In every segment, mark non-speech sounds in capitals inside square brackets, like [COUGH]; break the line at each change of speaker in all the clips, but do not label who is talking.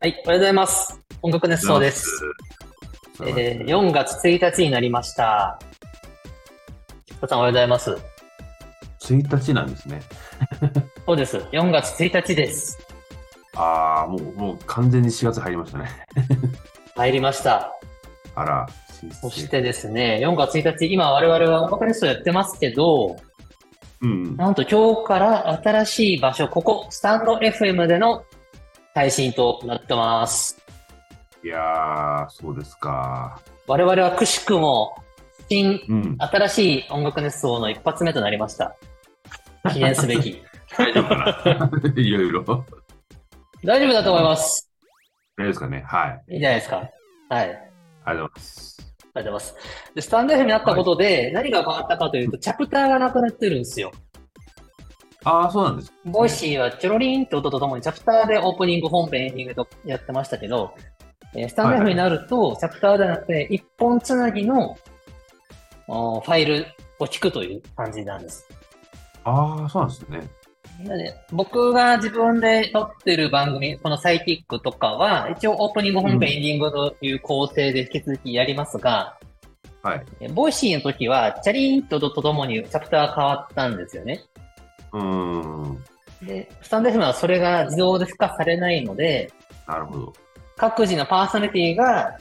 はい、おはようございます。音楽熱奏です。。えー、4月1日になりました。菊田さん、おはようございます。
1日なんですね。
そうです。4月1日です。
ああ、もう、もう完全に4月入りましたね。 [LAUGHS]
入りました。
あら、新
そしてですね、4月1日、今我々は音楽熱奏やってますけど、
うん。
なんと今日から新しい場所、ここ、スタンド FM での配信となってます。
いやー、そうですか。
我々はくしくも、新、
うん。
新しい音楽熱奏の一発目となりました。記念すべき。
大丈夫かな [LAUGHS] いろいろ。大丈
大丈夫だと思います。
夫ですかね。はい。
いいじゃないですか。はい。
ありがとうございます。
ありがとうございます。で、スタンド FM になったことで、何が変わったかというと、チャプターがなくなってるんですよ。
ああ、そうなんです。
ボイシーはチョロリンって音とともにチャプターでオープニング、本編、エンディングとやってましたけど、えースタンド FM になると、チャプターではなくて、一本つなぎのおーファイルを聞くという感じなんです。
ああ、そうなんですね。
なので僕が自分で撮ってる番組、このサイキックとかは、一応オープニング、本
うん
編、エンディングという構成で引き続きやりますが、
はい。
えボイシーの時は、チャリーンととともにチャプターが変わったんですよね。
うーん。
で、スタンド FM はそれが自動で付加されないので、
なるほど。
各自のパーソナリティが、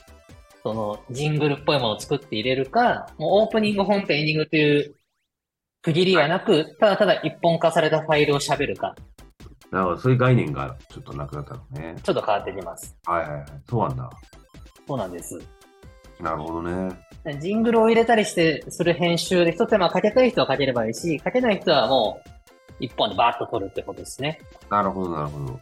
その、ジングルっぽいものを作って入れるか、もうオープニング、本編、エンディングという区切りはなく、ただただ一本化されたファイルを喋るか、
なるほど。そういう概念がちょっとなくなったのね。
ちょっと変わってきます。
はいはいはい。そうなんだ。
そうなんです。
なるほどね。
ジングルを入れたりして、する編集で一手間かけたい人はかければいいし、かけない人はもう、一本でバーッと撮るってことですね。
なるほど、なるほど。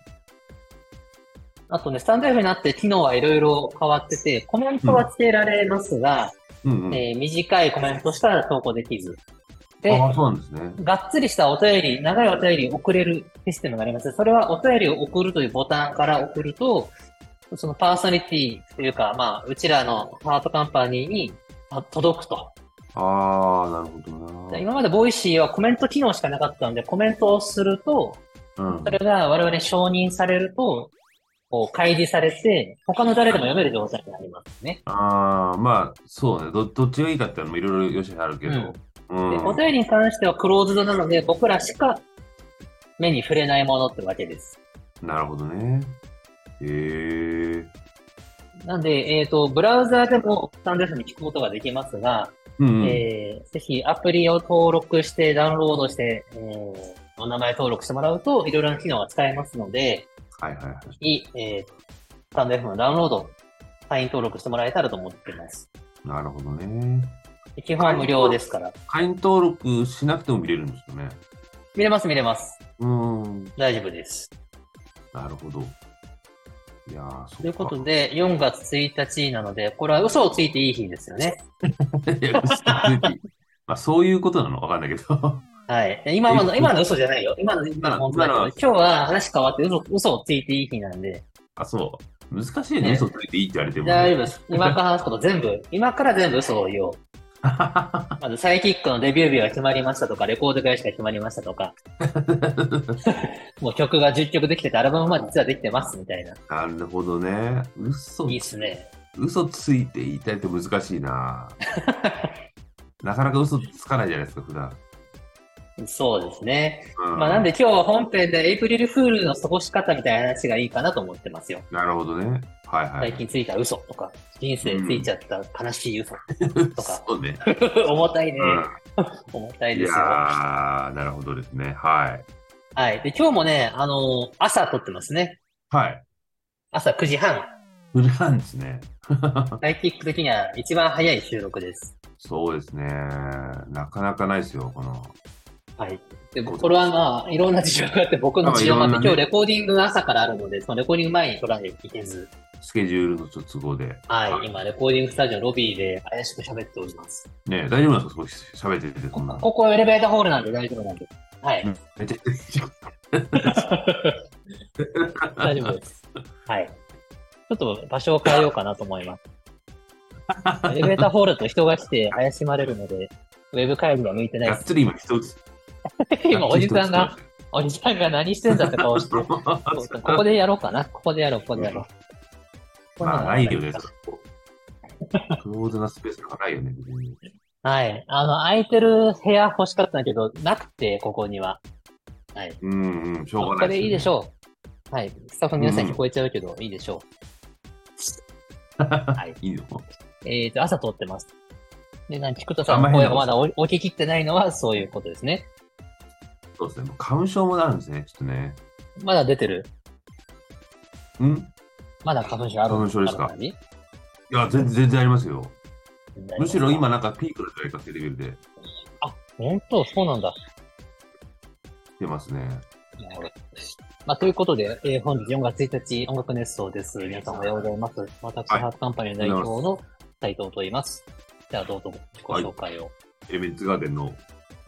あとね、スタンド F になって機能はいろいろ変わってて、コメントはつけられますが、
うんうん。
えー短いコメントしたら投稿できず。で、
ああ、そうなんですね。
がっつりしたお便り、長いお便り送れるシステムがあります。それはお便りを送るというボタンから送ると、そのパーソナリティというか、まあ、うちらのパートカンパニーにあ届くと。
ああ、なるほどな。
今までボイシーはコメント機能しかなかったので、コメントをすると、
うん
それが我々に承認されると、こう、開示されて、他の誰でも読める状態になりますね。
ああ、まあ、そうね。ど、どっちがいいかっていうのもいろいろ良し悪しあるけど。うん。
でお便りに関してはクローズドなので、僕らしか目に触れないものってわけです。
なるほどね。へえ。
なんで、えっ、と、ブラウザーでもスタンド FM に聞くことができますが、
うんうん。
えーぜひアプリを登録して、ダウンロードして、えーお名前登録してもらうと、いろいろな機能が使えますので、
はいはいはい。
ぜひ、えースタンド FM のダウンロード、会員登録してもらえたらと思っています。
なるほどね。
で基本は無料ですから。
会員登録しなくても見れるんですよね。
見れます、見れます。
うん。
大丈夫です。
なるほど。いやー、そう
ということで、4月1日なので、これは嘘をついていい日ですよね。
で。まあ、そういうことなのわかんないけど。 [LAUGHS]
はい。今の、
え
今の嘘じゃないよ。今の、今
今
の
の
本当だけど、
今のは
今日は話変わって嘘嘘をついていい日なんで、
あ、そう。難しいね。
ね
嘘ついていいって言われてもね。
大丈夫です。今から話すこと全部、今から全部嘘を
[LAUGHS]
言おう。まずサイキックのデビュー日が決まりましたとか、レコード会社が決まりましたと
[LAUGHS]
か、もう曲が10曲できてて、アルバムまで実はできてますみたいな。
なるほどね。嘘
いいっすね。
嘘ついて言いたいって難しいななかなか嘘つかないじゃないですか、普段。
そうですね。
うん
まあなんで今日本編でエイプリルフールの過ごし方みたいな話がいいかなと思ってますよ。
なるほどね。はいはい。
最近ついた嘘とか、人生ついちゃった悲しい嘘とか、
そうね。
重たいね。
う
重たい
ん、い
です
や
よ。
ー、なるほどですね。はい。
はい。で、今日もね、あのー朝撮ってますね。
はい。
朝9時半。
フルなんですね。
サイキック的には一番早い収録です。
そうですね。なかなかないですよ、この。
はい。で、これはまあ、いろんな事情があって、僕の事情もあって、
まあい
今日
ろんな
レコーディングが朝からあるので、そのレコーディング前に撮らないといけず、
スケジュールのちょっと都合で。
はい。今、レコーディングスタジオのロビーで怪しく喋っております。
ね大丈夫なんですか少し喋ってて、そ
こ
んな。
ここエレベーターホールなんで大丈夫なんで。
[LAUGHS]
はい。
めっちゃ
[LAUGHS] 大丈夫です。はい。ちょっと場所を変えようかなと思います。
[LAUGHS]
エレベーターホールだと人が来て怪しまれるので、ウェブ会議は向いてない
[LAUGHS] が
で
っ
す。
つり今人打つ。
今、おじさんが
がっつり人打つ。
おじさんが何してんだって顔してる。ここでやろうかな。ここでやろう、ここでやろう。
まあ、ないよね、そこ。 [LAUGHS] クローズなスペースとかないよね、別に
はい。あの、空いてる部屋欲しかったんだけど、なくて、ここには。はい。
うんうん、しょう
こ
がな
れ
い
でいいでし
ょ。
ょう。はい。スタッフの皆さん聞こえちゃうけど、いいでしょはい
いの
う。えっ、と、朝通ってます。で、なんか菊田さ
あ
ん
んま
の
変
声
な
がまだお起ききってないのは、そういうことですね。
そうですね。もう花粉症もあるんですね、ちょっとね。
まだ出てる
んい
まだ花粉症ある
花粉症ですか
あるのに
や、全然全然ありますよ。むしろ。今なんかピークのじゃないかってレベルで
本当、そうなんだ。
来てますね。
なるほどまあ、ということで、えー本日4月1日音楽熱奏です。皆さんおはようございます。私、
はい
ハートカンパニー代表の斉藤と言います。じゃあ、どうぞ自己紹介を。
エレメンツガーデンの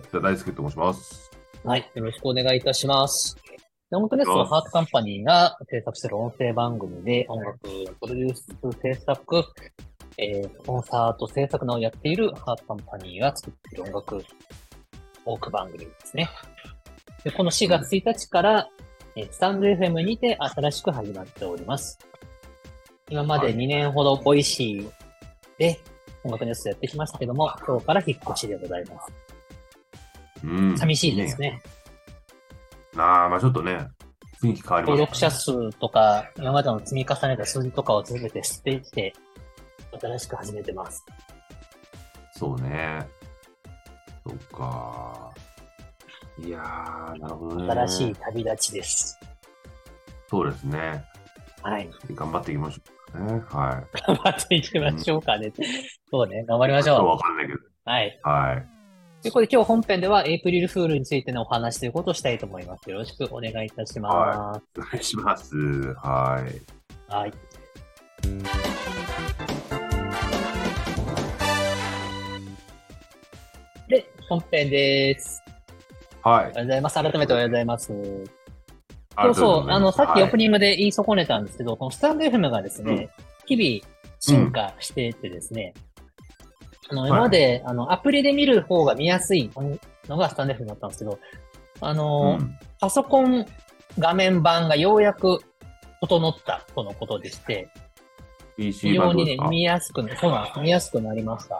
北大輔と申します。
はい、よろしくお願いいたします。で音楽熱
ど
奏
うぞ
ハートカンパニーが制作している音声番組で音楽、プロデュース、制作、えー、コンサート制作などをやっているハートカンパニーが作っている音楽トーク番組ですね。でこの4月1日から、えースタンド FM にて新しく始まっております。今ま
は
で
い
2年ほどボイシーで音楽ニュースやってきましたけども、今日から引っ越しでございます。
うん。
寂しいですね。
ああ、まあちょっとね、雰囲気変わります、
登録者数とか、今までの積み重ねた数字とかを続けて捨てて、新しく始めてます。
そうね。そっか。いやー、なるほどね。
新しい。旅立ちです。
そうですね。
はい。
頑張っていきましょう。ね、はい。
頑張っていき [LAUGHS] ましょうかね。そうね、頑張りまし
ちょっと
ょ
わかんないけど。
う。はい。
はい。
ということで今日本編ではエイプリルフールについてのお話ということをしたいと思います。よろしくお願いいたします。
お願いします。はい。
はい。で、本編です。お。
はい
はようございます。改めておはようございます。そ
あ
う
りがと
そう
ございます
う、あの、さっきオープ
はい
ニングで言い損ねたんですけど、このスタンド FM がですね、日々進化してってですね、あの、
い
今まで、あの、アプリで見る方が見やすいのがスタンド FM だったんですけど、あの、
うん
パソコン画面版がようやく整ったとのことでして、非
PC
常
版
に
ど
ね
うです、か
見やすくな、そうなんです見やすくなりました。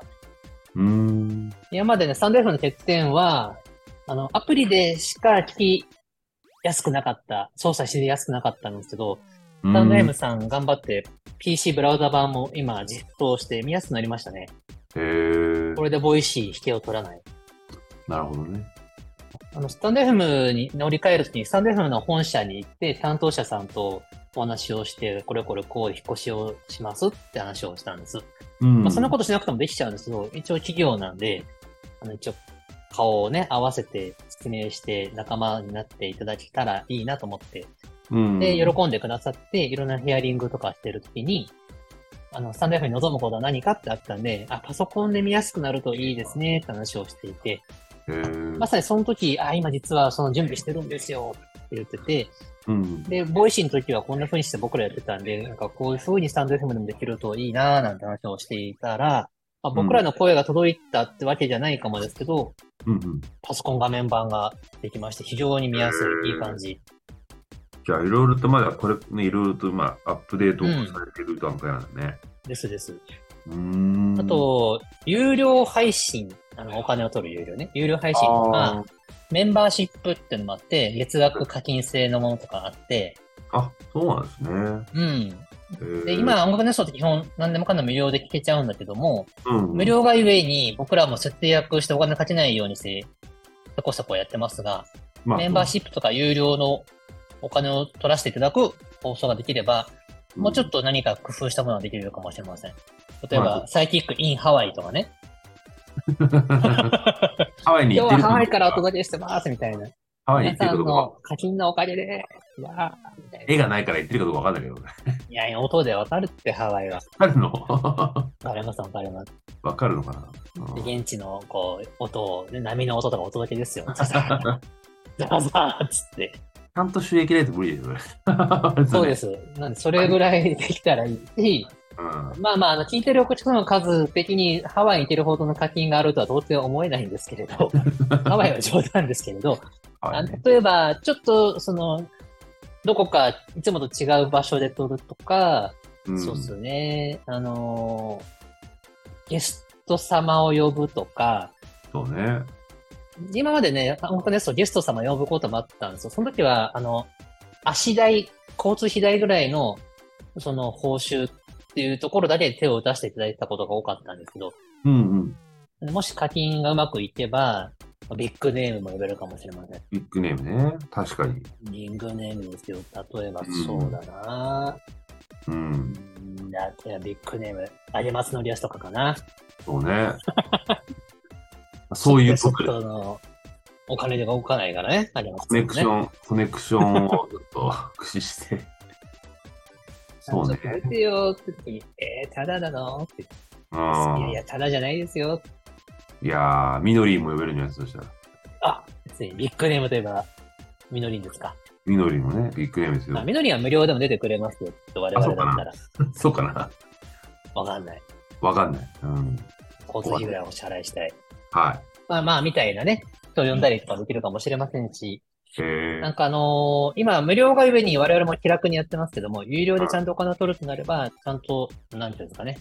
うーん。
今までね、スタンド F の欠点は、あの、アプリでしか聞きやすくなかった、操作しやすくなかったんですけど、
う
スタンド
ー
M
ん。
さん頑張って、PC ブラウザ版も今実装して見やすくなりましたね。
へー
こ。れでボイシー引けを取らない。
なるほどね。
あの、スタンド F に乗り換えるときに、スタンド F の本社に行って、担当者さんとお話をして、これこれこう引っ越しをしますって話をしたんです。
うん。
まあ、そんなことしなくてもできちゃうんですけど、一応企業なんで、あの一応顔をね、合わせて説明して仲間になっていただけたらいいなと思って、
うん。
で、喜んでくださって、いろんなヒアリングとかしてるときに、あの、スタンド F に望むことは何かってあったんで、あ、パソコンで見やすくなるといいですねって話をしていて、
へー
まさにその時、あ、今実はその準備してるんですよって言ってて、
うん。
で、ボイシーの時はこんな風にして僕らやってたんで、なんかこういう風にスタンド FM でもできるといいなぁなんて話をしていたら、まあ、僕らの声が届いたってわけじゃないかもですけど、
うんうん。
パソコン画面版ができまして、非常に見やすい、いい感じ。
じゃあ、いろいろとまだこれ、ね、いろいろと、まあ、アップデートをされてる段階なんだね。
ですです。
うーん。
あ、と、有料配信、あの、お金を取る有料ね。有料配信とか、メンバーシップっていうのもあって、月額課金制のものとかあって、
あーあ、そうなんです
う
ね
ん。
へー。
で、今、音楽熱唱って基本何でもかんでも無料で聴けちゃうんだけども、
うんうん
無料がゆえに僕らも節約してお金かけないようにして、そこそこやってますが、
まあ
メンバーシップとか有料のお金を取らせていただく放送ができれば、もうちょっと何か工夫したものができるかもしれません。例え
ま
ば、サイキックインハワイとかね。
ハワイに
今
行
日
って
は
る
ハワイからお届けしてますみたいな。
ハワイに
皆
行って
さ
るか
ん
どうかわかんない、
の課金のおかげで、わあ、みたいな。
絵がないから行ってるかどうかわかんないけどね。
いやいや、音でわかるってハワイは。
わかるの [LAUGHS]
わかりますわかります。
わかるのかな、うん
で現地のこう、音を、ね波の音とかお届け
[LAUGHS]
ですよ。ザザーザーザーっつって。
ちゃんと収益ないと無理ですよね。。
そうですす。なんで、それぐらいできたらいいし、
うん
まあまあ、あの、聞いてるお客様の数的にハワイに行けるほどの課金があるとは到底思えないんですけれ
[LAUGHS]
ど、ハワイは冗談ですけれど、
は
あ
い
の例えば、ちょっと、その、どこかいつもと違う場所で撮るとか、
うん
そうっすね。あのーゲスト様を呼ぶとか、
そうね。
今までね、本当ですとゲスト様呼ぶこともあったんですよ。その時は、あの、足代、交通費代ぐらいの、その報酬っていうところだけ手を出していただいたことが多かったんですけど、
うんうん。
もし課金がうまくいけば、ビッグネームも呼べるかもしれません。
ビッグネームね。確かに。
ビッグネームですよ。例えば
うん、
そうだな、
うん。
うん、だいやビッグネーム、あげますのりやすとかかな。
そ
[LAUGHS]
うね。そういう
ちょ
こ
っ
とで、
とのお金で動かないからね、あります
コネクシ
ね。
ョン、コネクションをちょっと [LAUGHS] 駆使して。そうね
ちょっ。と見てよって時に、えー、ただなのって言って
うん
いやいや、ただじゃないですよ。
いやー、ミノリーも呼べるんじゃないですか、そしたら。
あ、別にビッグネームといえば、みのりんですか。
ミノリーもね、ビッグネームです
まあ、
よ。
みのりんは無料でも出てくれますよ。ちょっと我々だったら、
そうかな。
わかんない。
わかんない。うん。
交通費ぐらいお支払いしたい。
は
まあまあ、みたいなね、人呼んだりとかできるかもしれませんし、
い。え
なん
ー、
かあのー今、無料がゆえに我々も気楽にやってますけども、有料でちゃんとお金を取るとなれば、ちゃんと、なんていうんですかね、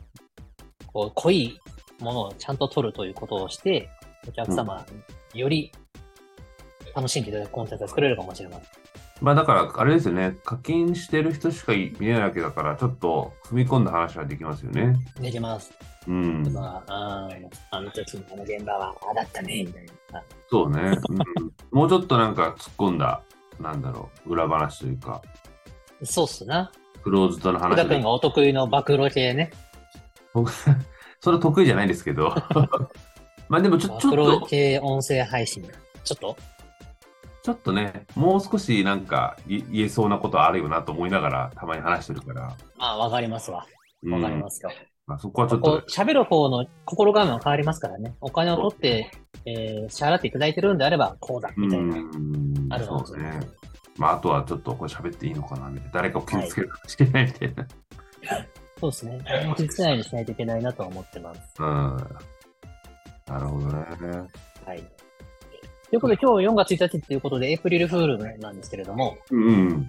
こう、濃いものをちゃんと取るということをして、お客様、より楽しんでいただくコンテンツが作れるかもしれません。
まあだから、あれですよね。課金してる人しか見えないわけだから、ちょっと踏み込んだ話はできますよね。
できます。
うん。
まあ、うんあの時のあの現場は、ああだったね、みたいな。
そうね、うん。もうちょっとなんか突っ込んだ、なんだろう、裏話というか、
そうっすな。
クローズドの
福
話
田
で
君がお得意の暴露系ね。
僕、それは得意じゃないんですけど。 [LAUGHS] まあでもちょ、
暴
ちょっ
露
と、
系音声配信。ちょっと
ちょっとね、もう少しなんかい言えそうなことあるよなと思いながら、たまに話してるから。
まあ、わかりますわ。
うん
わかりますよ。
まあ、そこはちょっ
ことう、喋る方の心構えも変わりますからね。お金を取って、えー、支払っていただいてるんであれば、こうだ、みたいな。
うん
ある
そ
の
うですね。まあ、あとはちょっとこれ喋っていいのかな、みたいな。誰かを傷つけるかもしれないみたいな。
そうですね。気付けないようにしないといけないなとは思ってます。
うん。なるほどね。
はい。ということで、今日4月1日ということで、エイプリルフールなんですけれども、
うん。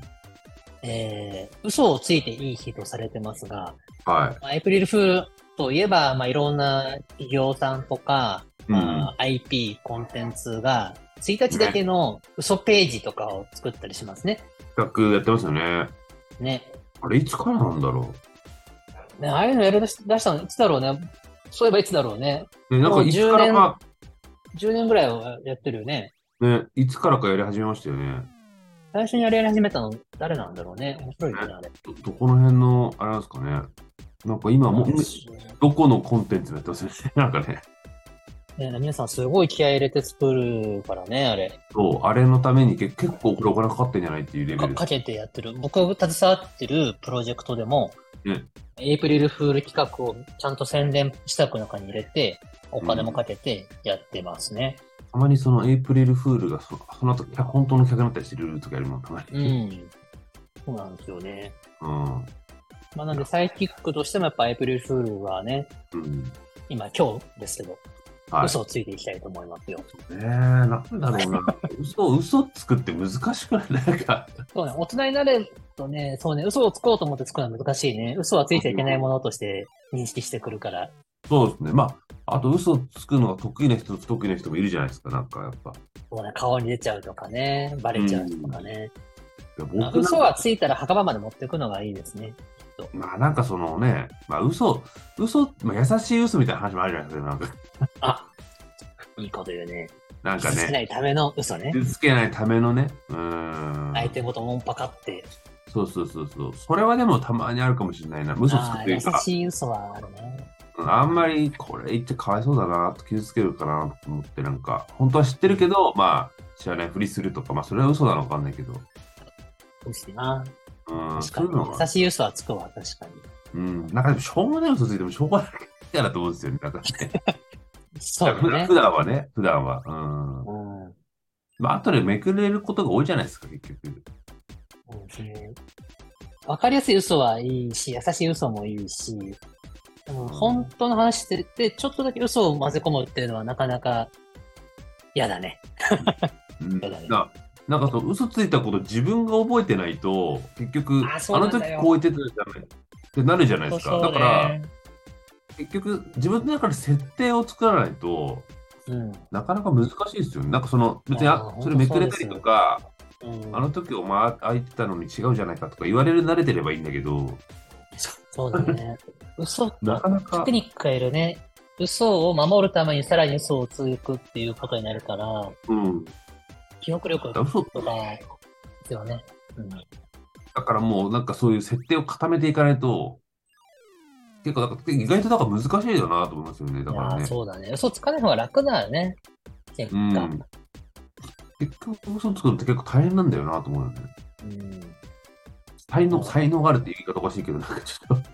えー、嘘をついていい日とされてますが、
は
ま
い。
あエイプリルフールといえば、まあ、いろんな企業さんとか、
うん
ま。あ、IP、コンテンツが、1日だけの嘘ページとかを作ったりしますね。
企画やってますよね。
ね。
あれ、いつからなんだろ
ね、ああいうのやり出し出したのいつだろうね。そういえばいつだろうね。
う。ね、なん
も
か
う
いつからか、
10年ぐらいはやってるよね。
ね、いつからかやり始めましたよね。
最初にやり始めたの誰なんだろうね。面白いよね、あれ。
ど、どこの辺の、あれなんですかね。なんか今もう、
ね
どこのコンテンツもやってますよね。 [LAUGHS] なんかね、
皆さんすごい気合い入れて作るからね、あれ。
そう、あれのために結結構これお金かかってんじゃないっていうレベ
か
ルで
か
す。
けてやってる。僕が携わってるプロジェクトでも、
うん
エイプリルフール企画をちゃんと宣伝したくの中に入れて、お金もかけてやってますね。
たまにそのエイプリルフールがそその後、客本当の客になったりしてるとかやるのたま
う
に。
ん。そうなんですよね。
うん。
まあなんでサイキックとしてもやっぱエイプリルフールはね、
うん。
今今日ですけど、
はい。
嘘をついていきたいと思いますよ。
ねえ、なんだろうな。 [LAUGHS] 嘘、嘘つくって難しくない [LAUGHS] なんか、
そうね、大人になるとね、そうね、嘘をつこうと思ってつくのは難しいね。嘘はついちゃいけないものとして認識してくるから。
そうですね。まあ、あと嘘つくのが得意な人、不得意な人もいるじゃないですか。なんかやっぱ。い
そうね、顔に出ちゃうとかね、バレちゃうとかね。
や僕
まあ
なんか
嘘はついたら墓場まで持っていくのがいいですね。
まあなんかそのね、まあ嘘、嘘、まあ、優しい嘘みたいな話もあるじゃないですか。なんか、
あ、いいこと言うね。
なんか
傷つけな
ね、
いための嘘ね。
傷つけないためのね、うーん。
相手ごともんぱかって。
そうそうそうそう。それはでもたまにあるかもしれないな。嘘つ
あ
く
あ
とい
優
うか、
しい嘘はあるね。
うんあんまりこれ言ってかわいそうだな、傷つけるかなと思って、なんか、本当は知ってるけど、まあ、知らないふりするとか、まあそれは嘘なのかわかんないけど、
そうしな。
うん、
確
そ
か
ういうの
に。優
が、
しい嘘はつくわ、確かに。
うん、なんかでもしょうもない嘘ついてもしょうがないからと思うんですよね。なんかね、
そうね
普。段はね、普段は。うん。
うん。うん
まあ、後でめくれることが多いじゃないですか、結局。
そうねわかりやすい嘘はいいし、優しい嘘もいいし、でも本当の話してて、ちょっとだけ嘘を混ぜ込むっていうのはなかなか嫌だね。
うん
そうだね
ななんかその嘘ついたこと自分が覚えてないと結局
あ
あ
そうな
の
んだよ
時こう言ってたじゃないってなるじゃないですか。
そう
だ
ね
から、結局、自分の中で設定を作らないと、
うん。
なかなか難しいですよね。なんかその、別に、
あー
あ
ほんと
それめくれたりとか、
うん
あの時お前空いてたのに違うじゃないかとか言われる慣れてればいいんだけど、
そうだ
[LAUGHS]
ね。嘘、
なかなか
テク、ニック変えるね。嘘を守るためにさらに嘘をつくっていうことになるから、
うん。
記憶力
だ嘘
とかですよね。うん。
だからもうなんかそういう設定を固めていかないと、結構なんか意外となんか難しいよなと思いますよね。だ
い
か
や
ら
ー
ね。
そうだね。嘘つかない方が楽だよね。結
う
果。
ん。結局、嘘つくのって結構大変なんだよなと思うよね。
うん
才能、才能があるって言い方おかしいけど、なんかちょっと。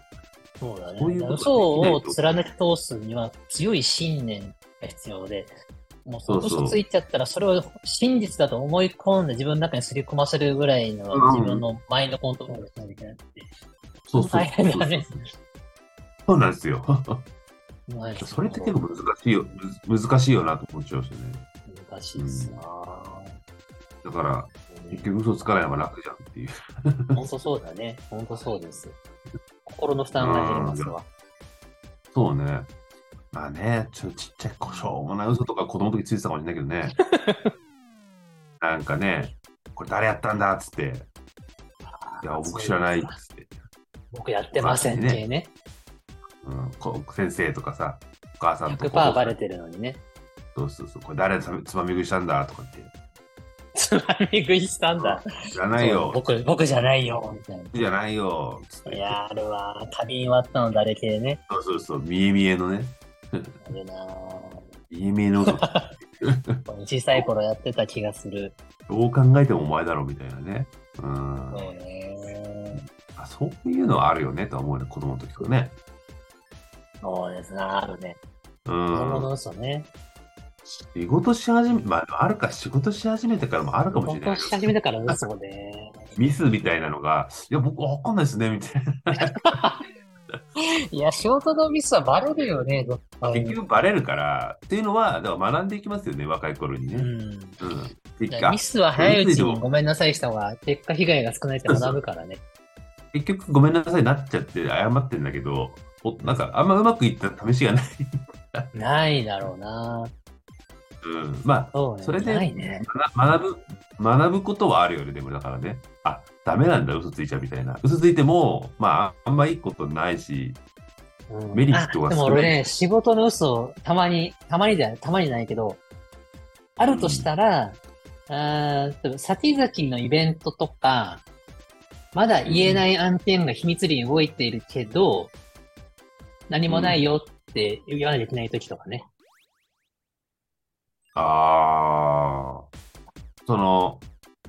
そうだね。
こういうこと
嘘を貫き通すには強い信念が必要で、もう
そうそう
嘘ついちゃったらそれを真実だと思い込んで自分の中にすり込ませるぐらいの
うん
自分のマインドコントロールをしないといけないって。
そうそう
大変だね。
そうなんですよ。
まあ
それって結構難しいよ、むず難しいよなと思っちゃうんですよね。
難しいですな
だから、結局嘘つかないのが楽じゃんっていう。
本当そうだね。本当そうです。心の負担が減りますわ。
そうね。まあね、ちょっとちっちゃい、こしょうもない嘘とか子供の時ついてたかもしれないけ
[LAUGHS]
どね。なんかね、これ誰やったんだっつって。いや、僕知らないっつって。
僕やってません系ね。
うん、こ先生とかさ、お母さんと
100%
か。
バレてるのにね。
そうそうそう、これ誰つまみ食いしたんだとかって。
つまみ食いしたんだ。
知らない
そう
よ、
僕、僕じゃないよ、みたいな。
じゃないよっつって。
いやー、あれは、旅に終わったの誰系ね。
そうそうそう、見え見えのね。
あるなー
見え見えの嘘。
小さい頃やってた気がする。
どう考えてもお前だろみたいなね。うん。
そうね
あそういうのはあるよねとは思うよね、子供の時とかね。
ー。そうですな、あるね。子
う
供
ん。
の嘘ね。
仕事し始め、まあ、あるか、仕事し始めてからもあるかもし
本
れな
当
い
し
け
始
ど。
めたから嘘
[LAUGHS]
ね。
ミスみたいなのが、いや、僕わかんないですね、みたいな。
いや、仕事のミスはバレるよね、どっかで
結局バレるから、っていうのは、だから学んでいきますよね、若い頃に
う
ね。
ん。
う
だ
ん。結
から
果
ミ、スは早いうちにごめんなさいした方が、結果被害が少ないって学ぶからね。
結局ごめんなさいなっちゃって謝ってんだけど、おなんかあんまうまくいった試しがない。
ないだろうな。
うん。まあ、
そうね。
それで
ないね。
学ぶ、学ぶことはあるよね、でもだからね。あ、ダメなんだ、嘘ついちゃうみたいな。嘘ついても、まあ、あんまいいことないし、
うん
メリットが
あでも
少ない
俺ね、仕事の嘘をたまに、たまにじゃない、たまにじゃないけど、あるとしたら、あー例えば先々のイベントとか、まだ言えない案件が秘密裏に動いているけど、何もないよって言わなきゃいけない時とかね。
ああ、その、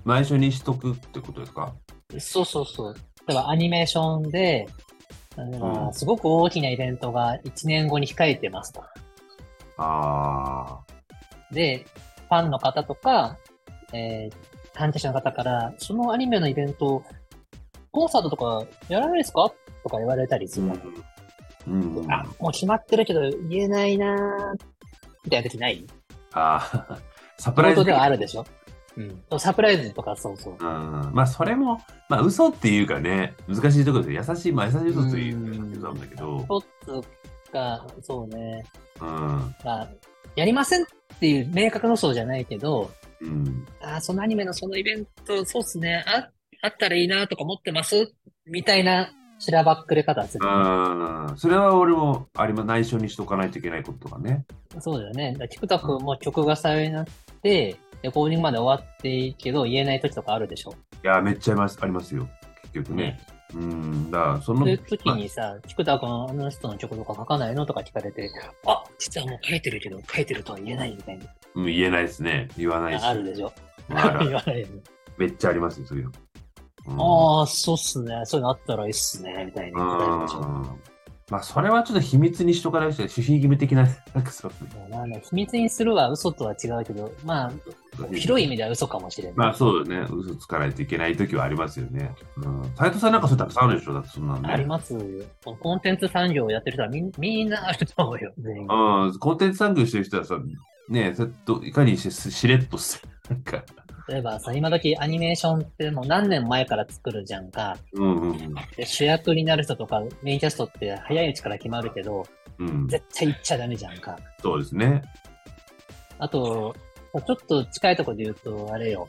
内緒にしとくってことですか
そうそうそう。例えばアニメーションで、あの
うん
すごく大きなイベントが1年後に控えてますと。
あ
で、ファンの方とか、えー、関係者の方から、そのアニメのイベント、コンサートとかやらないですかとか言われたり
あ、
す
う
る
ん
の。。
うん。
あ
あ、
もう決まってるけど言えないなーみたいな時ない
あ、 [LAUGHS] サプ
プ
ラ
ラ
イズ
ではあるでしょうん。サプライズとかそうそう。
うん、まあ、それも、まあ、嘘っていうかね、難しいところですよ優しい、まあ、優しい嘘ということなんだけど、
一つが、そうね、
うん。
まあ、やりませんっていう明確のそうじゃないけど、
うん。
あーそのアニメのそのイベント、そうっすね、ああったらいいなとか思ってますみたいな、しらばっくれ方する。
うん。それは俺も、ありま、内緒にしとかないといけないこととかね。
そうだよね。だからキクタクも曲が採用になって、レコーディングまで終わっていいけど、言えない時とかあるでしょ。
いや、めっちゃありますありますよ。結局ね。うん。だから、その
そういう、時にさ、キクタクのあの人の曲とか書かないのとか聞かれて、あ、実はもう書いてるけど、書いてるとは言えないみたいな。
うん言えないですね。言わないし。
あるでしょ。
うんあるある
[LAUGHS] 言わないよね。
めっちゃありますよ、そういうの。うん
ああ、そうっすね。そういうのあったらいいっすね。みたいな答えるでしょ。
うんまあ、それはちょっと秘密にしとかないと、守秘義務的な、なんかそう
もうなんだ秘密にするは嘘とは違うけど、まあ、広い意味では嘘かもしれない。
まあそうだね、嘘つかないといけない時はありますよね。うん。斉藤さんなんかそれたくさんあるでしょ、だってそんなのね。
ありますよ。コンテンツ産業をやってる人はみんみんなあると思うよ。全員。
うん、コンテンツ産業してる人はさ、ねえ、それといかにしてししれっとす、なんか、
例えばさ、今時アニメーションってもう何年前から作るじゃんか。
うんうんうん
で主役になる人とかメインキャストって早いうちから決まるけど、
うん、
絶対言っちゃダメじゃんか。
そうですね。
あと、まあちょっと近いところで言うと、あれよ。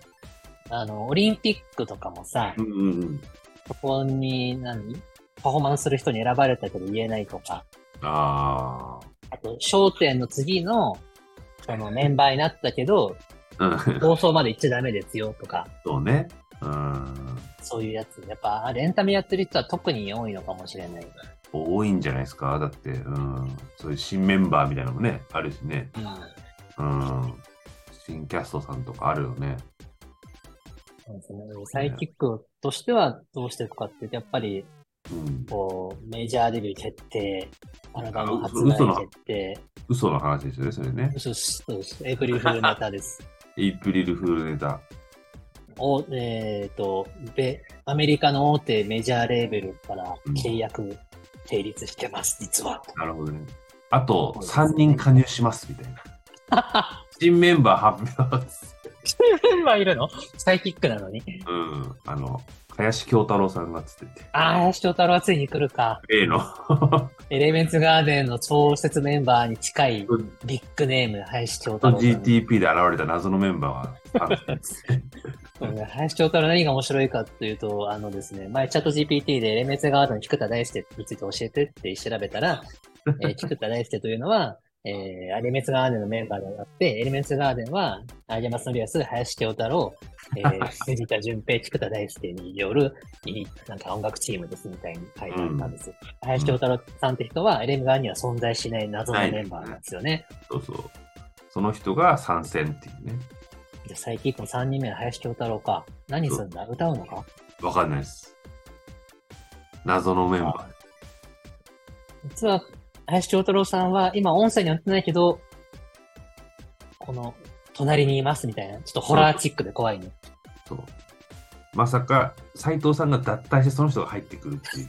あの、オリンピックとかもさ
う、んうんうん。
そこに何パフォーマンスする人に選ばれたけど言えないとか。
あ
あと、商店の次の、そのメンバーになったけど、
あ。うん、 [LAUGHS]
放送まで行っちゃダメですよとか、
そうね。うん。
そういうやつ。やっぱ、あれエンタメやってる人は特に多いのかもしれない。
多いんじゃないですかだって、うん。そういう新メンバーみたいなのもね、あるしね。
うん。
うん。新キャストさんとかあるよね。
そうですね。サイキックとしてはどうしていくかっていうと、やっぱり、
うん。
こう、メジャーデビュー決定、アルバム発
あ嘘な
売決定、
嘘の話ですよね、それね。
そうそうそう、エイプリルフールネタです。
エイプリルフールネタ。
おえっ、と、米、アメリカの大手メジャーレーベルから契約成立してます、実は。
なるほどね。あと、3人加入します、みたいな。新メンバー発表です。
[LAUGHS] 今いるのサイキックなのに。
うん。あの、林京太郎さんがつってて。
ああ、林翔太郎はついに来るか。
例の。 [LAUGHS]
エレメンツガーデンの創設メンバーに近いビッグネーム、林翔太郎さん。
GTP で現れた謎のメンバーがあったんですね。
うん林翔太郎何が面白いかというと、あのですね、前チャット GPT でエレメンツガーデンの菊田大輔について教えてって調べた [LAUGHS] ら、えー菊田大輔というのは、えー、エレメンツガーデンのメンバーであって、エレメンツガーデンは、アリアマスノリアス、林京太郎、え [LAUGHS] ー、辻田淳平、菊田大輔による、いいなんか音楽チームですみたいに書いてあったんです。林京太郎さんって人は、エレメンツガーデンには存在しない謎のメンバーなんですよね。
そうそう。その人が参戦っていうね。
じゃあ、最近この3人目の林京太郎か。何すんだ歌うのか
わかんないです。謎のメンバ
実は、林京太郎さんは、今音声に載ってないけど、この、隣にいますみたいな。ちょっとホラーチックで怖いね。
ーと。まさか、斎藤さんが脱退してその人が入ってくるっ
[LAUGHS]
ていう、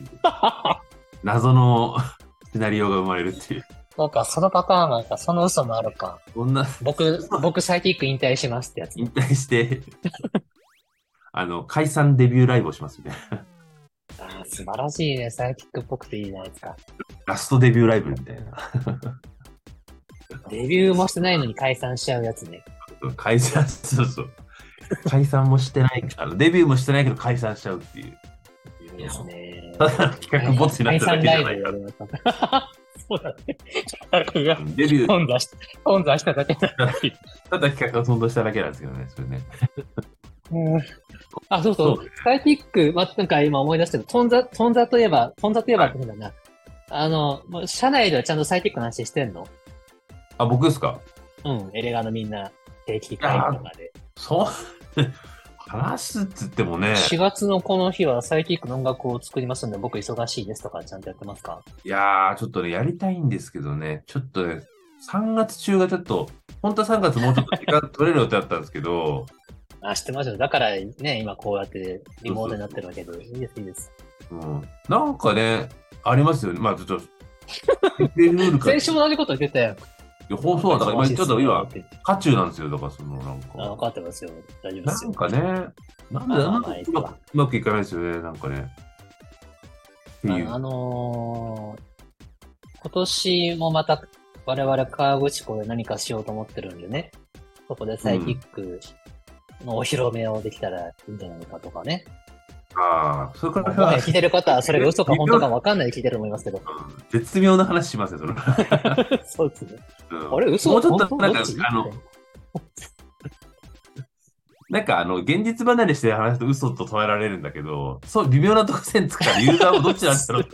謎の [LAUGHS] シナリオが生まれるっていう。
なんか、そのパターンなんか、その嘘もあるか。
こんな、
僕、僕、サイキック引退しますってやつ。
引
[LAUGHS]
退して、あの、解散デビューライブをしますみたいな。
あー素晴らしいね。サイキックっぽくていいじゃないですか。
ラストデビューライブみたいな。
デビューもしてないのに解散しちゃうやつね。
解散、そうそう。解散もしてないから、デビューもしてないけど解散しちゃうっていう。
いいですね。
ただの企画ボツになっただけじゃない
解散
か
ライブやりましたそう [LAUGHS] だね。企画 [LAUGHS] が
デビュー、
頓挫した、頓挫しただけだ。
ただ企画が存在しただけなんですけどね、それね。
うんあ、そうそう。スカイキック、まあ、なんか今思い出したけど、トンザ、トンザといえば、トンザといえばってことだな。あの、もう社内ではちゃんとサイキックの話してんの
あ、僕ですか
うん、エレガのみんな、定期会とかで。
そう。 [LAUGHS] 話すっつってもね、
4月のこの日はサイキックの音楽を作りますんで、僕忙しいですとかちゃんとやってますか
いやー、ちょっとね、やりたいんですけどね、ちょっとね、3月中がちょっと、本当は3月もうちょっと時間取れる予定だったんですけど、
あ、知ってましたよ。だからね、今こうやってリモートになってるわけで、いいです、いいです。
うん、なんかね、ありますよね。まあ、ちょっと、エプリルフールか
[LAUGHS] 先週も同じこと言ってたよ。
いや放送はだから、今ちょっと今
忙し、いっすね
渦中なんですよ、だからその、な
あ、
ん
分
か。
かってますよ。大丈夫で
な
す
ん
よ。
かね、なんで、
まあま
な
あ
んか
まあ
うまくうまくいかないですよね、なんかね。ってい
あ
う
あ。のー今年もまた我々川口湖で何かしようと思ってるんでね、そこでサイキックのお披露目をできたらいいんじゃないかとかね。
[LAUGHS] ああ、それか
まあ
ら、
もはや聞いてる方はそれが嘘か本当かわかんないで聞いてると思いますけど。
うん絶妙な話しますね、それ。
そうですね。
うん
あれ嘘
もうちょっと、
本
な
当
んか
どっち、
あの、なんかあの、現実離れして話すと嘘と捉えられるんだけど、そう、微妙なとこ線つくからユーザーもどっちなんだろうって。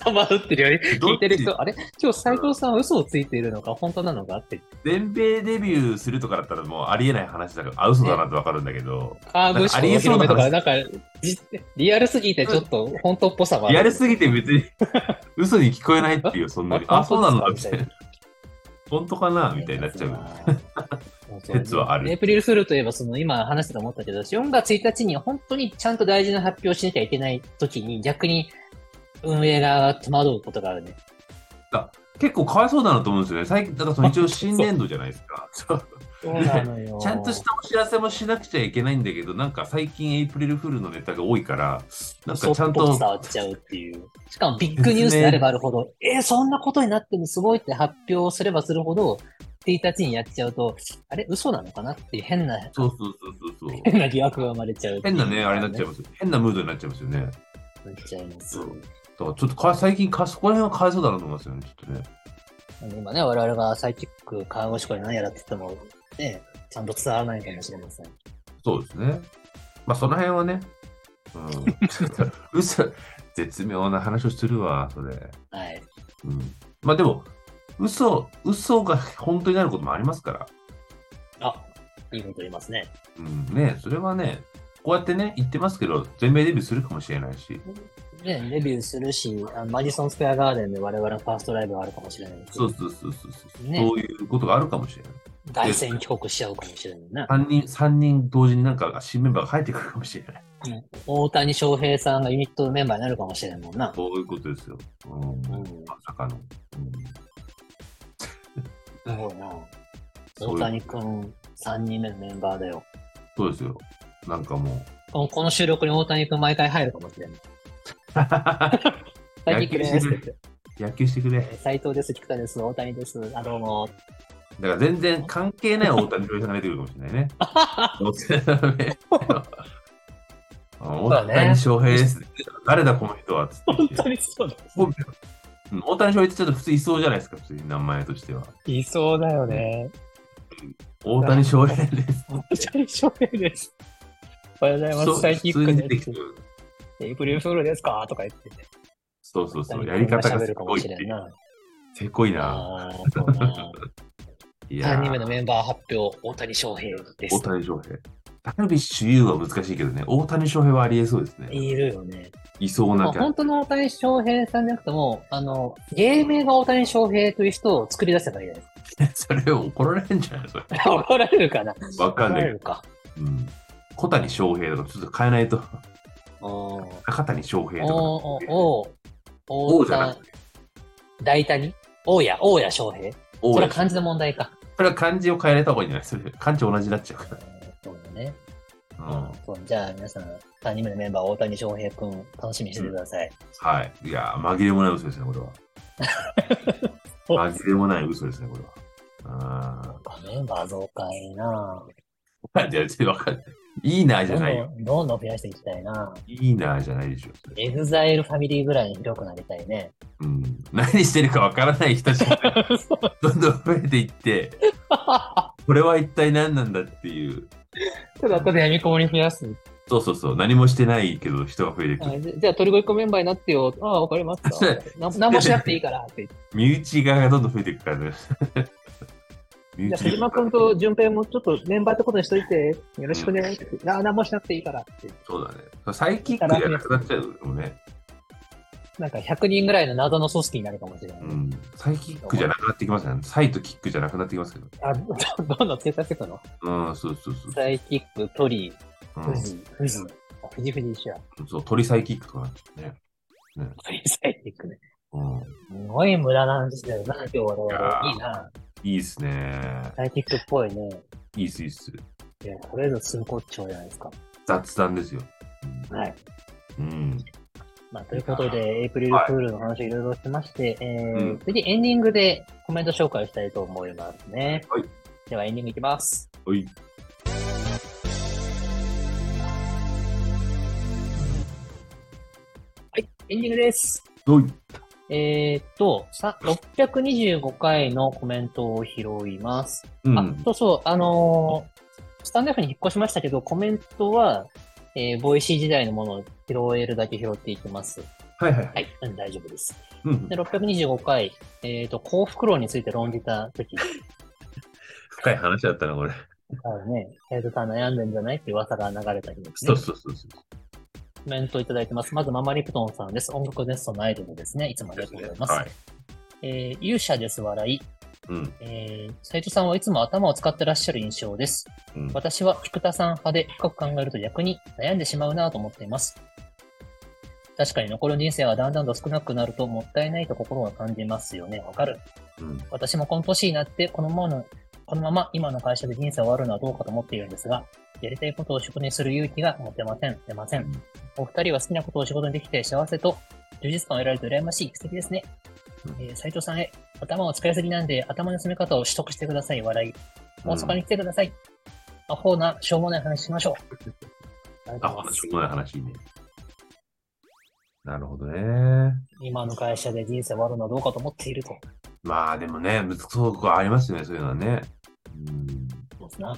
たまるってるより、
どっち
聞いてる人、あれ今日斎藤さんは嘘をついているのか本当なのかって。
全米デビューするとかだったらもうありえない話だから、あ、嘘だなってわかるんだけど、
川口湖のお披露目とか、
な
なんか、じリアルすぎてちょっと本当っぽさもある。
やりすぎて別に [LAUGHS] 嘘に聞こえないっていう、そんなに。
あ
あ、そうな
そ
の
う
だ
で
み
す
た
か
いな。本当かなみたいになっちゃう。
う
説はある
エイプリルフールといえば、その今話してて思ったけど、4月1日に本当にちゃんと大事な発表をしなきゃいけない時に、逆に運営側が戸惑うことがあるね。
結構かわいそうだなと思うんですよね。最近、だからその一応新年度じゃないですか。そう
そうなのよ。
[LAUGHS] ちゃんとしたお知らせもしなくちゃいけないんだけど、なんか最近エイプリルフールのネタが多いから、なんかちゃ
そっ
ん
ぽ
と
く、触っちゃうっていう。しかも [LAUGHS] ビッグニュースであればあるほど、えー、そんなことになってもすごいって発表すればするほど、1日にやっちゃうと、あれ、嘘なのかなっていう変な、
そうそうそう [LAUGHS] そうそう。
[LAUGHS] 変な疑惑が生まれちゃうっていう
変なね、あれになっちゃい
な
ますよ。変なムードになっちゃいますよね。だか
っちゃいます。
そうらちょっとか最近か、そこら辺は変えそうだなと思いますよね、ちょっとね。
あの今ね、我々がサイキック、川越湖で何やらって言っても、ね、ちゃんと伝わらないかもしれません。
そうですね。まあ、その辺はね、 [LAUGHS] うん、ちょっと嘘、絶妙な話をするわ、それ。
はい。
うん、まあでも、嘘、嘘が本当になることもありますから。
あ、いいこと言いますね。
うん、ねそれはね、こうやってね、言ってますけど、全米デビューするかもしれないし、
ね、レビューするし、あのマディソンスクエアガーデンで我々のファーストライブがあるかもしれないし、
そうそうそうそうそう、
ね
そういうことがあるかもしれない。
凱旋帰国しちゃうかもしれないな。
3人、三人同時になんか新メンバーが入ってくるかもしれない。
大谷翔平さんがユニットメンバーになるかもしれんもんな。
そういうことですよ。うん、
ん
まさかの。うん
すごいな。
そう
大
いう
谷くん、3人目のメンバーだよ。
そうですよ。なんかも
このこの収録に大谷くん毎回入るかもしれない。
う、
サイキックですって。
[LAUGHS] 野球してくれ。
斎藤です、菊田です、大谷です。あ、どう [LAUGHS] も。
だから全然関係ない大谷翔平さんが出てくるかもしれない [LAUGHS] ね。大谷翔平です。誰だこの人はつって
本
[LAUGHS]
当にそうだ。
うん大谷翔平ってちょっと普通いそうじゃないですか、普通に名前としては。
いそうだよね。
大谷翔平 [LAUGHS] です。
大谷翔平です。おはようございます、サイキッ
普通
ク
に出て
で
き
す
て。る。
エイプリルフールですかとか言ってて。
そうそうそう、やり方が
喋
す
るか
ご
も
いっ
してれんな。
せこいな。
ああー、そうな。
いや
3人目
ー
のメンバー発表、大谷翔平です
大。谷翔平。ダルビッシュ有は難しいけどね、大谷翔平はありえそうですね。
いるよね。
いそう
ま
な
あ、
キャラ
本当の大谷翔平さんじゃなくても、あの、芸名が大谷翔平という人を作り出せばいいじゃないで
[LAUGHS] それ怒られるんじゃないそれ。
すか。 [LAUGHS] 怒られるかな
わかん
怒
な
ら
い
れ
けど
る。か。
うん小谷翔平とかちょっと変えないと。
うんおー
中谷翔平と
おーお
か。
ー
王
大
じゃな
谷
く
大
て。
谷大谷、大谷翔平。
王
それ
で
は
す
漢字の問題か。
それは漢字を変えられた方がいいんじゃないそれ漢字同じになっちゃうか
そうだね。
ら。うん。
そうじゃあ皆さん、3人目のメンバー、大谷翔平くん、楽しみにしててください。
はい。いやー、紛れもない嘘ですね、こ
[LAUGHS]
れは。紛れもない嘘ですね、これは。
メンバー増加いいな
あー。い [LAUGHS] や、ちょっとわかんない。いいなーじ
ど
ゃ
ん
ないよ。
どん、どんどん増やしていきたいない
いなーじゃないでしょ。
エグザイルファミリーぐらいに広くなりたいね。
うん。何してるかわからない人たちがどんどん増えていって、これは一体何なんだっていう。
ただ、ただ闇雲に増やす。
そうそうそう。何もしてないけど人が増えてくる。
あじゃじゃあ、トリコリコメンバーになってよ。ああ、わかりま [LAUGHS] した
そう。
な何もしなくていいから [LAUGHS] って言って。
身内側がどんどん増えていくからね。身
じゃあ、
内
藤間君と順平もちょっとメンバーってことにしといて、よろしくねって。な何もしなくていいからって言って。
そうだね。サイキックじゃなくなっちゃうもんね。
なんか100人ぐらいの謎の組織になるかもしれない。
うん。サイキックじゃなくなってきますね。サイとキックじゃなくなってきますけど。
あど [LAUGHS] どんどん追加していくの
うん、そうそうそう。
サイキック、トリー、
う
フジ、フジ、あフジフジ一緒や。
ん、そう、鳥サイキックとかなっちゃうね。
トリサイキックね。
うん。
すごい無駄なんですよな、今日はね。
いやー
いいな。
いいっすね。
サイキックっぽいね。
いいっす、いいっす。
いや、これぞ真骨頂じゃないですか。
雑談ですよ。
はい。
うん。
まあ、ということで、エイプリルフールの話をいろいろしてまして、えー
うん
次エンディングでコメント紹介をしたいと思いますね。
はい
ではエンディングいきます。
おい。
エンディングです。
どい。
えー、っと、さ、625回のコメントを拾います。
うん。
あ、そうそう、あのースタンド F に引っ越しましたけど、コメントは、えー、ボイシー時代のものを拾えるだけ拾っていきます。
はいはいは。
はいい、うん大丈夫です。
うん
で、。625回、えーっと、幸福論について論じたとき、
深い話だったな、これ。
だからね、生徒さん悩んでんじゃないって噂が流れた日です
そ
ね
う。そうそうそう。
コメントいただいてます。まず、ママリプトンさんです。音楽ネストのアイドルですね。いつもありがとうございます。
はい。
えー勇者です、笑い。
うん。
えー、斉藤さんはいつも頭を使ってらっしゃる印象です。
うん。
私は菊田さん派で深く考えると逆に悩んでしまうなと思っています。確かに残る人生はだんだんと少なくなるともったいないと心が感じますよね。わかる。
うん
私もこの年になってこのままの、ここのまま今の会社で人生を終わるのはどうかと思っているんですが、やりたいことを職にする勇気が持てません、出ません。お二人は好きなことを仕事にできて幸せと充実感を得られると羨ましい。素敵ですね。
うん
えー斉藤さんへ、頭を使いすぎなんで頭の詰め方を取得してください。笑い。
うん
大阪に来てください。アホな、しょうもない話しましょう。
[LAUGHS] あ、話もない話いいね。なるほどね。
今の会社で人生終わるのはどうかと思っていると。
まあでもね、難しそうがありますよね、そういうのはね。うん。
そうですな。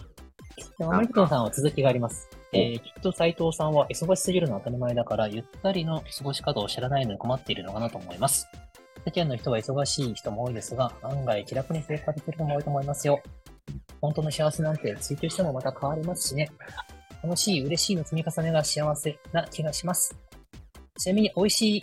マリトンさんは続きがあります。
お
えーきっと斉藤さんは忙しすぎるのは当たり前だから、ゆったりの過ごし方を知らないので困っているのかなと思います。世間の人は忙しい人も多いですが、案外気楽に生活する人も多いと思いますよ。本当の幸せなんて追求してもまた変わりますしね。楽しい、嬉しいの積み重ねが幸せな気がします。ちなみに、美味しい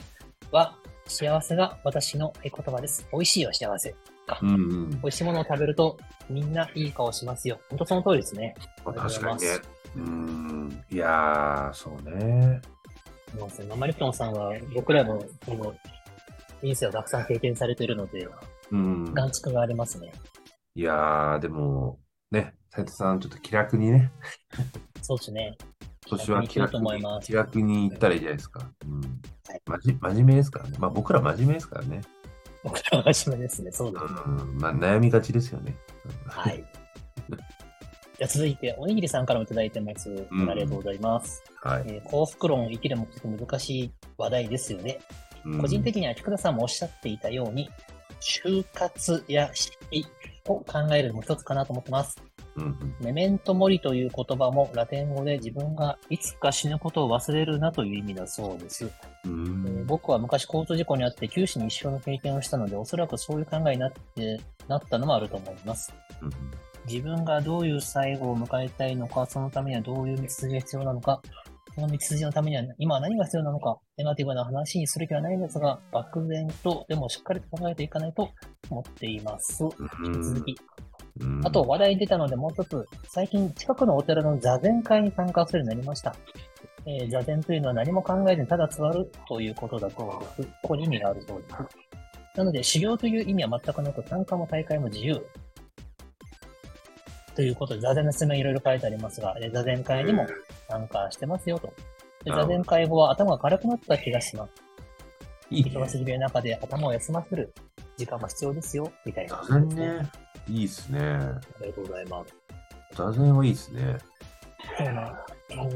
は幸せが私の合言葉です。美味しいは幸せ。
うんうん。
美味しいものを食べるとみんないい顔しますよ。本当その通りですね。
まあ
ありがと
確
うござい
かに
ます。
ねうん。いやー、そうね。
そうですね。マリプトンさんは、僕らも、この、人生をたくさん経験されているので、
うん。
眼蓄がありますね。
いやー、でも、ね、斉藤さん、ちょっと気楽にね、
そうですね。
今年は
気
気楽
楽に行こうと思い
に
ます
気楽に行ったらいいじゃないですか。うん
はい。
まじ真面目ですからね。まあ僕ら真面目ですからね。
僕らは真面目ですね。そう
う
ですね。
ん。まあ悩みがちですよね。うん
はい。じゃあ続いて、おにぎりさんからもいただいてます。
ん
ありがとうございます。
[LAUGHS] はい。
えー幸福論を生きる目的難しい話題ですよね。
う
[LAUGHS]
ん
個人的には菊田さんもおっしゃっていたように、就活や死を考えるのも一つかなと思ってます。
うんうん。
メメントモリという言葉もラテン語で自分がいつか死ぬことを忘れるなという意味だそうです。
う
えー
ん。
僕は昔交通事故に遭って九死に一生の経験をしたので、おそらくそういう考えになって、なったのもあると思います。
うん
自分がどういう最後を迎えたいのか、そのためにはどういう道筋が必要なのか、その道筋のためには今は何が必要なのか、ネガティブな話にする気はないんですが、漠然と、でもしっかりと考えていかないと思っています。引き続き、
うん
あと、話題に出たのでもう一つ、最近近くのお寺の座禅会に参加するようになりました。えー座禅というのは何も考えずにただ座るということだそうです。ここに意味があるそうです。なので、修行という意味は全くなく、参加も大会も自由。ということで、座禅の説明いろいろ書いてありますが、えー座禅会にも参加してますよと。で
な
座
るほど
禅会後は頭が軽くなった気がします。
いいね。
忙しい部屋の中で頭を休ませる時間も必要ですよ、みたいな。
座禅ね。いいっすね。
ありがとうございます。
座禅はいいっすね。
そうね。うんなんか、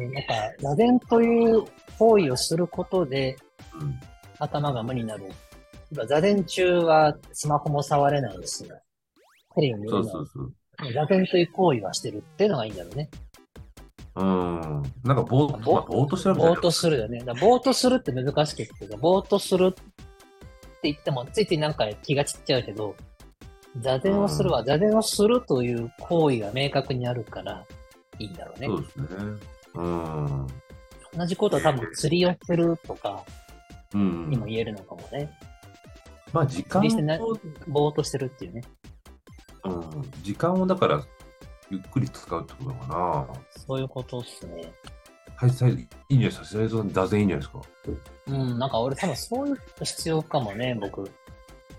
座禅という行為をすることで
うん。
頭が無になる。今座禅中はスマホも触れないし、テレビも見れ
そ
な
う
い
そうそう。
座禅という行為はしてるっていうのがいいんだろうね。
うん。なんかぼー、
ぼ
まあぼーっとしてるみたい
ぼ
な
ーっとするよね。だからぼーっとするって難しくって、ぼーっとするって言っても、ついついなんか気が散っちゃうけど、座禅をするは、座禅をするという行為が明確にあるから、いいんだろうね
そ。うですね。うん。
同じことは多分釣りをするとか
うん。
にも言えるのかもね。
まあ時間
決してな
を、
ぼーっとしてるっていうね。
うん、時間をだからゆっくり使うってことかな。
そういうことっすね。
はい、さいいいんじゃないですか。それ座禅いいんじゃないですか。
うん、なんか俺多分そういう必要かもね、僕。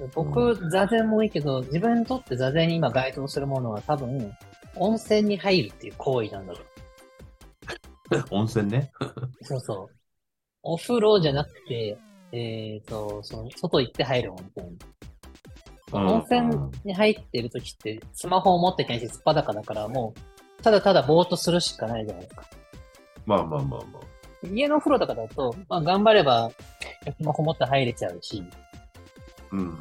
う
僕、座禅もいいけど、自分にとって座禅に今該当するものは多分、温泉に入るっていう行為なんだろう。
[LAUGHS] 温泉ね。
そうそう。お風呂じゃなくて、えっ、と、その、外行って入る温泉。
うん
温泉に入ってる時って、スマホを持ってないし、素っ裸だから、もう、ただただぼーっとするしかないじゃないですか。
まあまあまあま
家のお風呂とかだと、まあ、頑張れば、スマホ持って入れちゃうし、
あ。うん。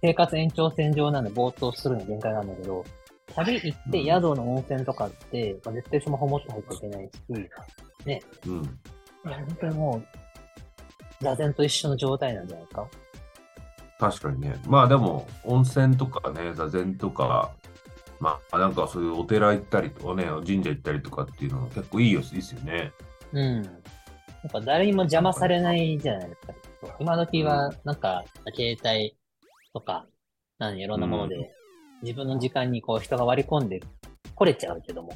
生活延長線上なんで、ぼーっとするの限界なんだけど、旅行っ
う
て
ん
宿の温泉とかって、まあ、絶対スマホ持って入っちゃいけないし、
うん。
いや本当にもう、座禅と一緒の状態なんじゃないか。
確かにね。まあでも、温泉とかね、座禅とか、まあなんかそういうお寺行ったりとかね、神社行ったりとかっていうの結構いいよ、いいですよね。
うん。やっぱ誰にも邪魔されないじゃないですか。今時は、なんか、携帯とか、何、いろんなもの
うん
で、自分の時間にこう人が割り込んでこれちゃうけども、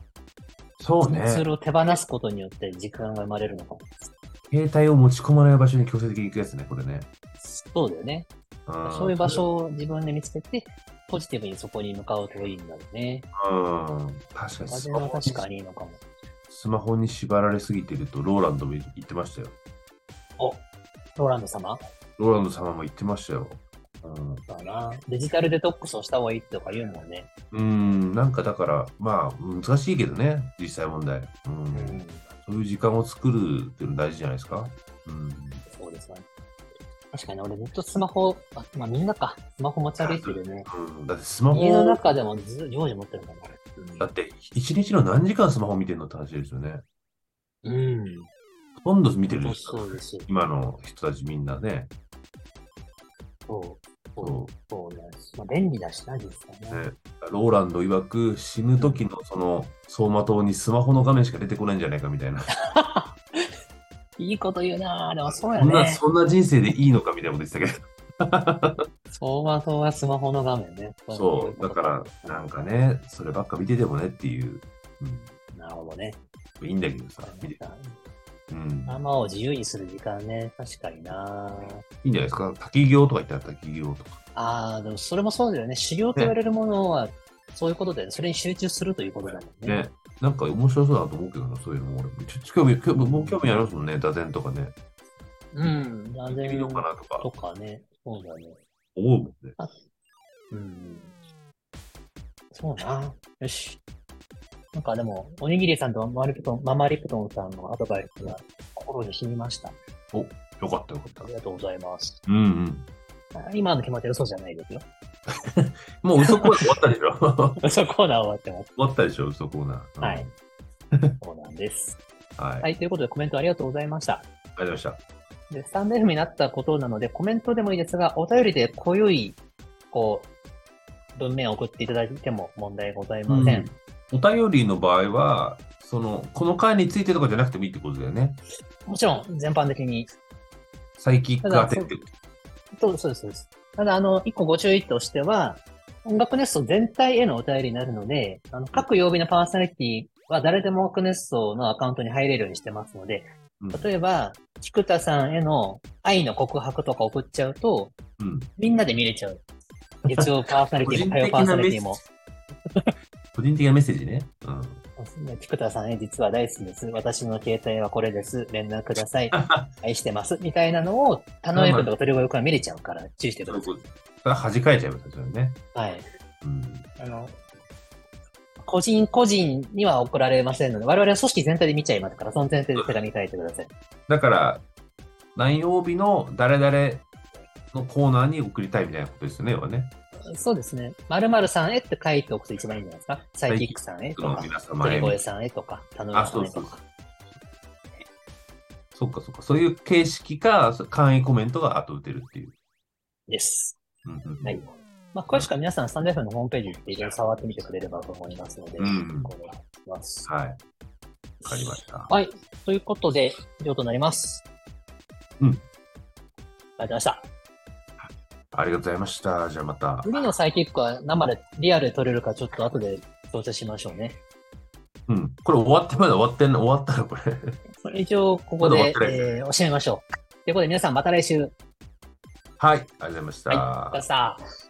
そう
その
ね。
ツールを手放すことによって時間が生まれるのかも。
携帯を持ち込まない場所に強制的に行くやつね、これね。
そうだよね。
うん
そういう場所を自分で見つけて、ポジティブにそこに向かうといいんだろうね。
うん。確かに
風
スマ
は
ホ
確かにいいのかも。
スマホに縛られすぎてると、ローランドも言ってましたよ。
ローランド様
ローランド様も言ってましたよ。うん
だな。デジタルデトックスをした方がいいとか言うもんね。
うん、なんかだから、まあ、難しいけどね、実際問題。う、
うんん。
そういう時間を作るっていうの大事じゃないですか。うん、
そうですね。確かに俺ずっとスマホ、あまあみんなか、スマホ持ち歩いてるね。
うんだってスマホ、
家の中でもず常時持ってるもんね。
だって一日の何時間スマホ見てるのって話ですよね。
うん。
ほとんど見てる
そう
でしょ
そうですよ。
今の人たちみんなね。
そう。そう
そ
そうなんです。まあ便利だしな、実際
う
ね。
ね、ローランド曰く死ぬ時のその走馬灯にスマホの画面しか出てこないんじゃないかみたいな。
いいこと言うなぁ。でもそうや
そんな
ね。
そんな人生でいいのかみたいなこと言ってたけど。
そうはそうはスマホの画面ね。
そう、だからなんか。ね、そればっか見ててもねっていう。うん
なるほどね。
いいんだけどさ、見てうん、
ママを自由にする時間ね。確かにない
いんじゃないですか。滝行とか言ったら滝行とか。
ああ、でもそれもそうだよね。修行と言われるものは、そういうことだよね。それに集中するということだもんね。
ね。なんか面白そうだなと思うけどな、そういうのも俺。ちょっと興味、興味もう興味ありますもんね、座禅とかね。
うん。安
いい
全
のかなとか
とかね。そうだね。
思うもんね。
うん。そうな。よし。なんかでも、おにぎりさんとママリプトン、ママリプトンさんのアドバイスが心に染みました。
よかったよかった
あり。がとうございます。
うんうん。
あ今の決まってるそうじゃないですよ。
もう嘘コーナー終わったでしょ [LAUGHS]
[LAUGHS]
終
そこコーナー終わってます。
わったでしょ、嘘コーナー。うん
はい。そうなんです。
はい。
はい。ということでコメントありがとうございました。
ありがとうございました。
で、スタンド F になったことなので、コメントでもいいですが、お便りで濃ゆい、こう、文面を送っていただいても問題ございません。
お便りの場合は、その、この回についてとかじゃなくてもいいってことだよね。
もちろん、全般的に。
サイキック当てって。
そうそうですそうです。ただ、あの、一個ご注意としては、音楽ネスト全体へのお便りになるので、あの各曜日のパーソナリティは誰でも音楽ネストのアカウントに入れるようにしてますので、
うん
例えば、菊田さんへの愛の告白とか送っちゃうと、
うん。
みんなで見れちゃう。月曜パー [LAUGHS] ソナリティも、火曜パーソナリティも。
[LAUGHS] 個人的なメッセージね。うん。
そうですね菊田さんへ実は大好きです。私の携帯はこれです。連絡くだ [LAUGHS] さい。愛してます。みたいなのを、田野君とか鳥越君は見れちゃうから、注意してく
そう
ださ
いうことそれは弾かれちゃいますよそれね。
い。はい。
うん。
あの、個人個人には送られませんので、我々は組織全体で見ちゃいますから、その前提で手紙書いてください。
だから、何曜日の誰々のコーナーに送りたいみたいなことですよね、要はね。
そうですね。〇〇さんへって書いておくと一番いいんじゃないですか。サイキックさんへと
その
か、
皆様
鳥
へ。
越さんへとか、田野上さんへと
あそうそう
か。
そっかそっか。そういう形式か、そ簡易コメントが後打てるっていう。
です。
うんうんうん
はい。まあ、詳しくは皆さん、スタンド F のホームページでいろいろ触ってみてくれればと思いますので、
うん
お願いします。
はい。わかりました。
はい。ということで、以上となります。
うん
ありがとうございました。
ありがとうございました。じゃあまた。
次のサイキックは生で、リアルで撮れるかちょっと後で調整しましょうね。
うん。これ終わってまだ終わってんの終わったのこれ。
それ一応、ここ
ま
で、
だ終わってない
えー、おしまいましょう。ということで、皆さんまた来週。
はい。ありがとうございました。
はい。さあ。